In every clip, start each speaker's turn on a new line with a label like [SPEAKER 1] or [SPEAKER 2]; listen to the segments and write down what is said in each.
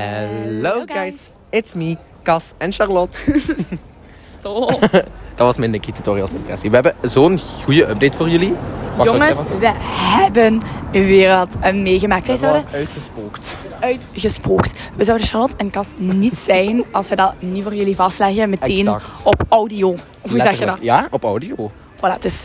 [SPEAKER 1] Hello guys, it's me, Cas en Charlotte.
[SPEAKER 2] Stop.
[SPEAKER 1] Dat was mijn Nicky Tutorials impressie. We hebben zo'n goede update voor jullie. Wacht,
[SPEAKER 2] Jongens,
[SPEAKER 1] wacht, wacht.
[SPEAKER 2] we hebben weer wat eh, meegemaakt. Wij
[SPEAKER 1] We hebben
[SPEAKER 2] zouden
[SPEAKER 1] wat uitgespookt.
[SPEAKER 2] uitgespookt. We zouden Charlotte en Cas niet zijn als we dat niet voor jullie vastleggen meteen
[SPEAKER 1] Exact.
[SPEAKER 2] op audio. Hoe zeg je
[SPEAKER 1] Letterlijk.
[SPEAKER 2] dat?
[SPEAKER 1] Ja, op audio.
[SPEAKER 2] Voilà, dus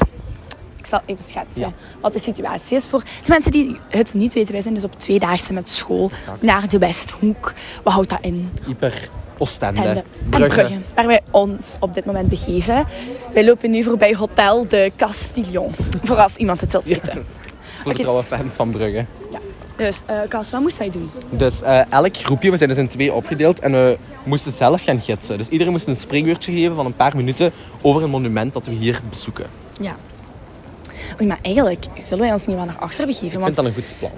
[SPEAKER 2] ik zal even schetsen
[SPEAKER 1] Ja.
[SPEAKER 2] wat de situatie is. Voor de mensen die het niet weten, wij zijn dus op tweedaagse met school naar de Westhoek. Wat houdt dat in?
[SPEAKER 1] Hyper
[SPEAKER 2] Tende
[SPEAKER 1] Oostende.
[SPEAKER 2] en Brugge, waar wij ons op dit moment begeven. Wij lopen nu voorbij Hotel de Castillon, voor als iemand het wilt weten.
[SPEAKER 1] Voor de
[SPEAKER 2] Oké.
[SPEAKER 1] trouwe fans van Brugge.
[SPEAKER 2] Dus, eh Cas, wat moesten wij doen?
[SPEAKER 1] Dus eh, elk groepje, we zijn dus in twee opgedeeld en we moesten zelf gaan gidsen. Dus iedereen moest een spreekuurtje geven van een paar minuten over een monument dat we hier bezoeken.
[SPEAKER 2] Ja. Oei, maar eigenlijk zullen wij ons niet wel naar achter begeven.
[SPEAKER 1] Ik vind
[SPEAKER 2] Want...
[SPEAKER 1] dat een goed plan.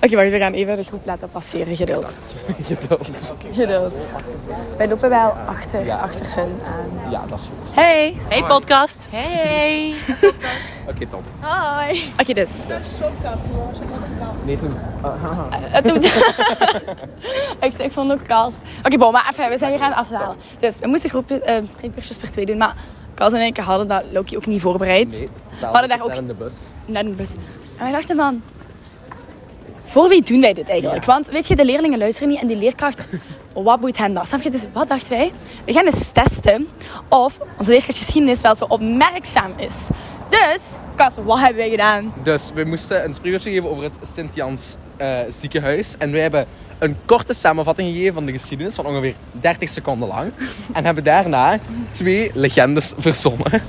[SPEAKER 2] Oké, wacht, we gaan even de groep laten passeren. Geduld.
[SPEAKER 1] Geduld.
[SPEAKER 2] Geduld. Wij lopen wel achter,
[SPEAKER 1] Ja.
[SPEAKER 2] achter hun aan.
[SPEAKER 1] Ja, dat is goed.
[SPEAKER 2] Hey!
[SPEAKER 3] Hey podcast.
[SPEAKER 2] Hey!
[SPEAKER 1] Oké, top.
[SPEAKER 2] Hoi! Oké, dus.
[SPEAKER 1] Nee, het moet-
[SPEAKER 2] Het doet... ik, ik vond ook Kals. Oké, bon, maar even, we zijn weer aan het afhalen. Dus we moesten groepje, eh spreekbeurtjes per twee doen, maar Kals en ik hadden dat Loki ook niet voorbereid.
[SPEAKER 1] nee.
[SPEAKER 2] we hadden daar ook
[SPEAKER 1] in de bus.
[SPEAKER 2] naar de bus. En wij dachten van, voor wie doen wij dit eigenlijk? Want weet je, de leerlingen luisteren niet en die leerkracht, wat boeit hen dat? Snap je? Dus wat dachten wij? We gaan eens testen of onze leerkracht geschiedenis wel zo opmerkzaam is. Dus, Kas, wat hebben wij gedaan?
[SPEAKER 1] Dus we moesten een spreekuurtje geven over het Sint-Jans eh, ziekenhuis. En wij hebben een korte samenvatting gegeven van de geschiedenis, van ongeveer 30 seconden lang. En hebben daarna twee legendes verzonnen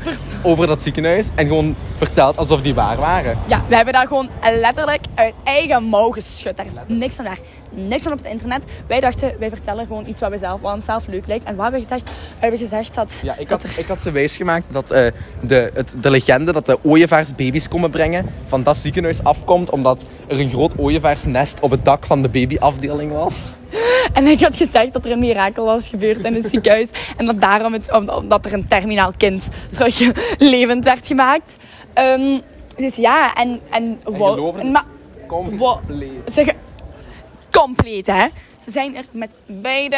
[SPEAKER 1] over dat ziekenhuis. En gewoon verteld alsof die waar waren.
[SPEAKER 2] Ja, we hebben daar gewoon letterlijk uit eigen mouw geschud. Daar is niks van daar. Niks van op het internet. Wij dachten, wij vertellen gewoon iets wat, wij zelf, wat ons zelf leuk lijkt. En wat hebben we gezegd? We hebben gezegd dat...
[SPEAKER 1] Ja, ik
[SPEAKER 2] dat
[SPEAKER 1] had, ik had ze wijsgemaakt dat eh, de, het, de legende dat de ooievaars baby's komen brengen van dat ziekenhuis afkomt. Omdat er een groot ooievaarsnest op het dak van de babyafdeling was.
[SPEAKER 2] En ik had gezegd dat er een mirakel was gebeurd in het ziekenhuis. En dat daarom het, om- omdat er een terminaal kind terug levend werd gemaakt. Ehm, dus ja, en... En, wow,
[SPEAKER 1] geloven?
[SPEAKER 2] maar-
[SPEAKER 1] Kom,
[SPEAKER 2] Wow.
[SPEAKER 1] leef.
[SPEAKER 2] zeg, compleet, hè. Ze zijn er met beide...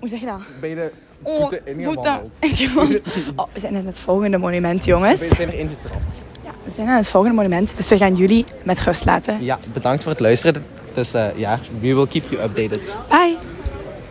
[SPEAKER 2] Hoe zeg je dat?
[SPEAKER 1] Bij de
[SPEAKER 2] Oh,
[SPEAKER 1] voeten ingewandeld.
[SPEAKER 2] ingewandeld. Oh, we zijn aan het volgende monument, jongens.
[SPEAKER 1] We zijn erin getrapt.
[SPEAKER 2] We zijn aan het volgende monument, dus we gaan jullie met rust laten.
[SPEAKER 1] Ja, bedankt voor het luisteren. Dus eh, ja, we will keep you updated.
[SPEAKER 2] Bye!